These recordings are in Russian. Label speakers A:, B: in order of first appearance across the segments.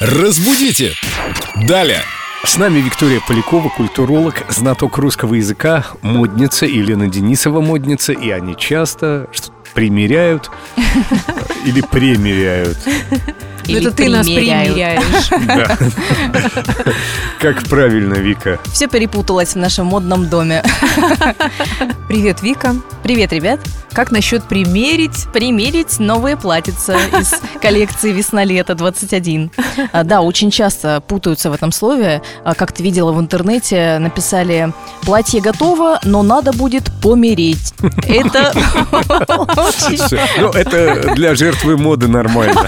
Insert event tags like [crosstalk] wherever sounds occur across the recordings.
A: Разбудите! Далее!
B: С нами Виктория Полякова, культуролог, знаток русского языка, модница Елена Денисова модница, и они часто что-то примеряют э, или примеряют.
C: Ну, Это ты нас примеряешь.
B: Да. Как правильно, Вика.
D: Все перепуталось в нашем модном доме.
C: [laughs] Привет, Вика.
D: Привет, ребят.
C: Как насчет примерить?
D: Примерить новые платьица из коллекции «Весна-лето 21». А, Да, очень часто путаются в этом слове. А, Как ты видела в интернете, написали «Платье готово, но надо будет помереть». Это очень
B: Всё. Ну, это для жертвы моды нормально.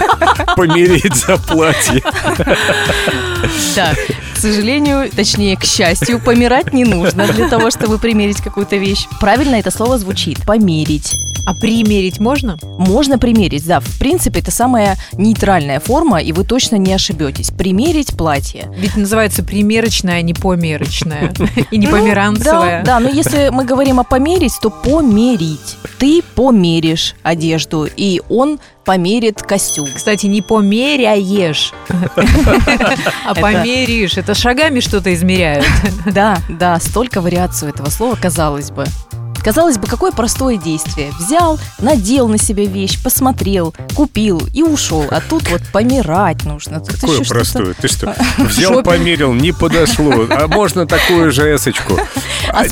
B: Помереть за платье.
D: Да, к сожалению, точнее, к счастью, помирать не нужно для того, чтобы примерить какую-то вещь. Правильно это слово звучит – «померить».
C: А примерить можно?
D: Можно примерить, да. В принципе, это самая нейтральная форма, и вы точно не ошибетесь. Примерить платье.
C: Ведь называется примерочная, а не померочная. И не померанцевая.
D: Ну, да, да, но если мы говорим о померить, то померить. Ты померишь одежду, и он померит костюм.
C: Кстати, не померяешь, а
D: Это-
C: померишь. Это шагами что-то измеряют.
D: Да, да, столько вариаций у этого слова, казалось бы. Казалось бы, какое простое действие. Взял, надел на себя вещь, посмотрел, купил и ушел. А тут вот помирать нужно. Тут
B: Какое
D: еще что-то.
B: простое. Ты [laughs] что, взял,
D: Шопинг.
B: померил, не подошло. А можно такую же эсочку?
D: А с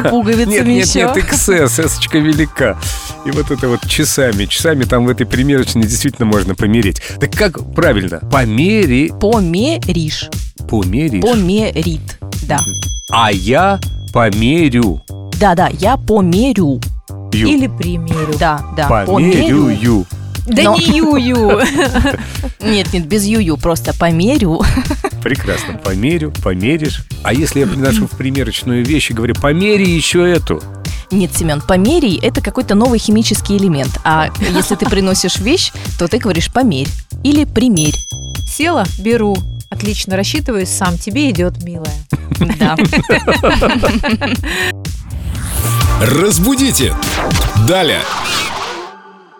B: [laughs] Нет,
D: пуговицами
B: нет,
D: еще.
B: нет, XS, эсочка велика. И вот это вот часами, часами там в этой примерочной действительно можно померить. Так как правильно? Помери...
D: Померишь.
B: Померишь?
D: Померит. Да.
B: А я померю.
D: Да, да, я померю.
B: Ю.
C: Или примерю.
D: Да, да.
B: Померюю.
C: Да
D: Но-
C: не юю.
D: Нет, нет, без ю-ю, просто померю. [laughs]
B: Прекрасно. Померю, померишь. А если я приношу в примерочную вещь и говорю, помери еще эту.
D: Нет, Семен, померий – это какой-то новый химический элемент. А если ты приносишь вещь, то ты говоришь померь или примерь.
C: Села, беру. Отлично, рассчитываюсь сам. Тебе идет, милая.
D: Да.
A: Разбудите! Далее!